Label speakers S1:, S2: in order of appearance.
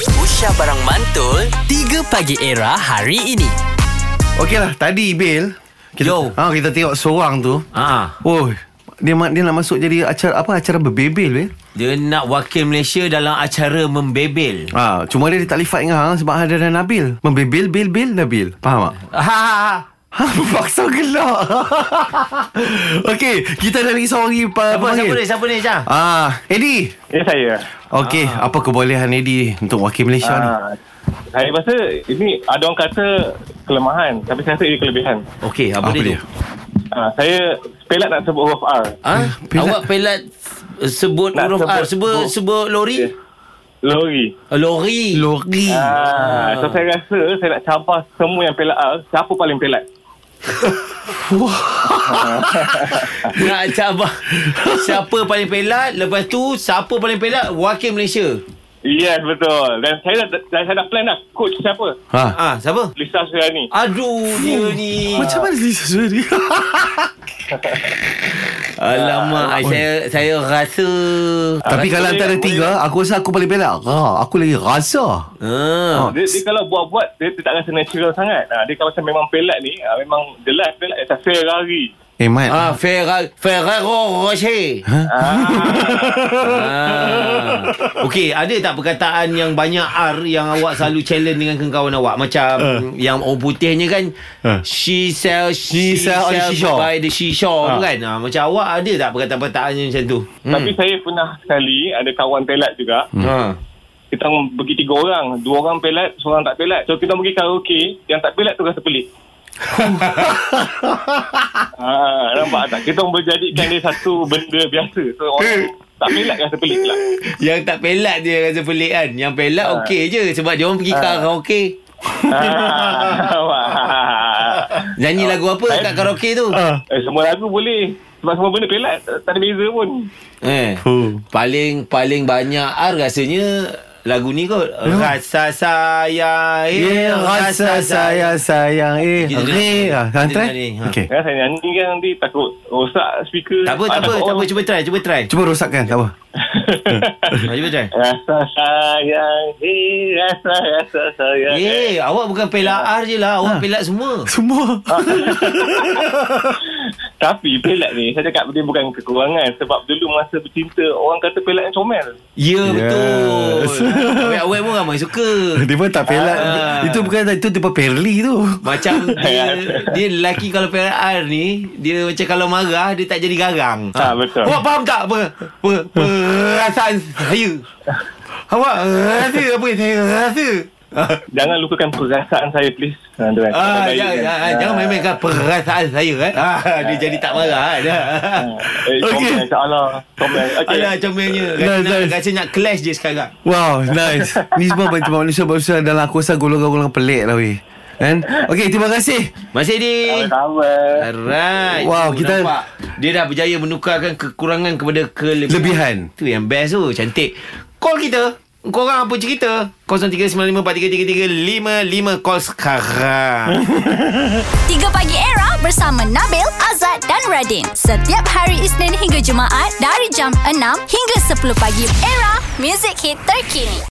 S1: Syah Barang Mantul 3 Pagi Era hari ini
S2: Okey lah Tadi Bil kita,
S3: Yo.
S2: ha, Kita tengok seorang tu
S3: Ah,
S2: Oh dia, ma- dia nak masuk jadi acara apa acara berbebel Bil
S3: dia nak wakil Malaysia dalam acara membebel.
S2: ha, Cuma dia, dia tak boleh fight dengan hang Sebab ada dan Nabil Membebel Bil Bil Nabil Faham tak?
S3: Ha, ha, ha.
S2: Ha, paksa gelak Okey Kita ada lagi seorang lagi
S3: Siapa, siapa
S2: pa-
S3: ni?
S2: pemanggil
S3: Siapa ni, Syah?
S2: Ah, Eddie
S4: Ya saya.
S2: Okey
S3: Ah.
S2: Apa kebolehan Eddie Untuk wakil Malaysia ni
S4: Ah, saya rasa ini ada orang kata kelemahan tapi saya rasa ini kelebihan.
S3: Okey, apa, dia? tu?
S4: Ah, saya pelat nak sebut huruf R.
S3: Ha?
S2: Pelat.
S3: Awak pelat eh, sebut
S4: Nak
S3: huruf
S4: sebut-
S3: R. Sebut,
S4: sebut-
S3: sebut lori?
S4: Ya. Lori.
S3: Eh, Lori.
S2: Lori
S4: Ah, so saya rasa saya nak cabar semua yang pelat R, siapa paling pelat?
S3: Nak cabar. siapa paling pelat? Lepas tu, siapa paling pelat? Wakil Malaysia.
S4: Yes, betul. Dan saya dah, dan saya dah plan dah coach siapa?
S2: ha.
S3: Ah, siapa?
S4: Lisa Suriani.
S3: Aduh, dia ni.
S2: Macam mana Lisa Suri
S3: Alamak, saya saya rasa...
S2: Tapi
S4: rasa
S2: kalau
S4: dia
S2: antara
S4: boleh
S2: tiga Aku rasa aku paling belak ha, Aku lagi rasa
S3: Ah.
S4: Dia, dia kalau buat-buat dia, dia tak rasa natural sangat. Ah, dia kalau macam memang pelat ni, ah, memang jelas pelat dia tak Ferrari.
S2: Eh Mat
S3: Ah, Ferra- Ferrero Rocher. Ah. Okey, ada tak perkataan yang banyak R yang awak selalu challenge dengan kawan awak? Macam
S2: Eh.
S3: yang orang putihnya kan she sell
S2: She sell on the seashore.
S3: by the seashore kan. Ah, macam awak ada tak perkataan-perkataan yang macam tu?
S4: Tapi saya pernah sekali ada kawan pelat juga.
S2: Hmm.
S3: Ha.
S4: kita orang pergi tiga orang dua orang pelat seorang tak pelat so kita orang pergi karaoke yang tak pelat tu rasa pelik ah, nampak tak kita orang berjadikan dia satu benda biasa so orang tak pelat rasa pelik lah
S3: Yang tak pelat dia rasa pelik kan. Yang pelat okey je sebab dia orang pergi karaoke.
S4: ah, nampak?
S3: Nyanyi lagu apa
S4: Saya-
S3: kat karaoke tu?
S2: Ah.
S4: eh, semua lagu boleh sebab semua benda pelat tak ada beza pun
S3: Eh.
S2: Huh.
S3: Paling paling banyak R rasanya lagu ni kot. Rasa saya
S2: Eh, rasa saya sayang Eh,
S3: Kita
S2: re
S3: dengar.
S2: ah, Kan
S3: Kita
S2: try?
S3: dengar ni, ha.
S2: Okey
S4: kan saya nyanyi kan nanti takut rosak speaker
S3: Tak apa, tak
S4: Ah,
S3: apa, Hmm.
S4: takut
S3: tak apa.
S4: orang-
S3: Cuba try, cuba try.
S2: Cuba rosakkan Tak apa
S3: Ha, Cuba try.
S4: rasa sayang eh, rasa rasa sayang
S3: Eh, awak bukan pelak R je lah.
S2: Ha.
S3: Awak pelak semua.
S2: Semua
S4: Tapi pelat ni Saya cakap dia bukan kekurangan Sebab dulu masa bercinta Orang kata pelat yang comel
S3: Ya, yeah,
S2: Yes.
S3: betul. Awet-awet pun ramai suka.
S2: Dia pun tak pelat
S3: Ah.
S2: Itu bukan Itu tipe perli tu
S3: Macam dia, dia lelaki kalau pelak R ni, dia macam kalau marah, dia tak jadi garang.
S4: Ah, betul.
S3: Awak faham tak apa, apa, perasaan saya? Awak eh, rasa apa yang saya rasa?
S4: Jangan lupakan perasaan saya please ha, dia orang cakap
S3: Ah,
S4: baik
S3: jangan,
S4: kan.
S3: ah, jangan main-mainkan perasaan saya eh. Ah, dia jadi tak marah kan.
S4: Eh comel
S2: Okey.
S4: insyaAllah Comel Okay
S3: Alah comelnya Rasa
S2: Nice,
S3: nak,
S2: nice.
S3: rasa nak clash je sekarang
S2: Wow nice Ni semua macam manusia-manusia Dalam aku rasa golongan-golongan pelik lah weh Kan Okey terima kasih
S3: Masih di
S4: Sama-sama
S3: Alright
S2: Wow,
S3: Tu,
S2: kita-
S3: nampak? Dia dah berjaya menukarkan kekurangan kepada kelebihan
S2: Lebihan.
S3: Tu yang best tu Cantik Call kita Korang apa cerita 0395433355 Call sekarang
S5: 3 Pagi Era bersama Nabil, Azad dan Radin. Setiap hari Isnin hingga Jumaat dari jam 6 hingga 10 pagi. Era, music hit terkini.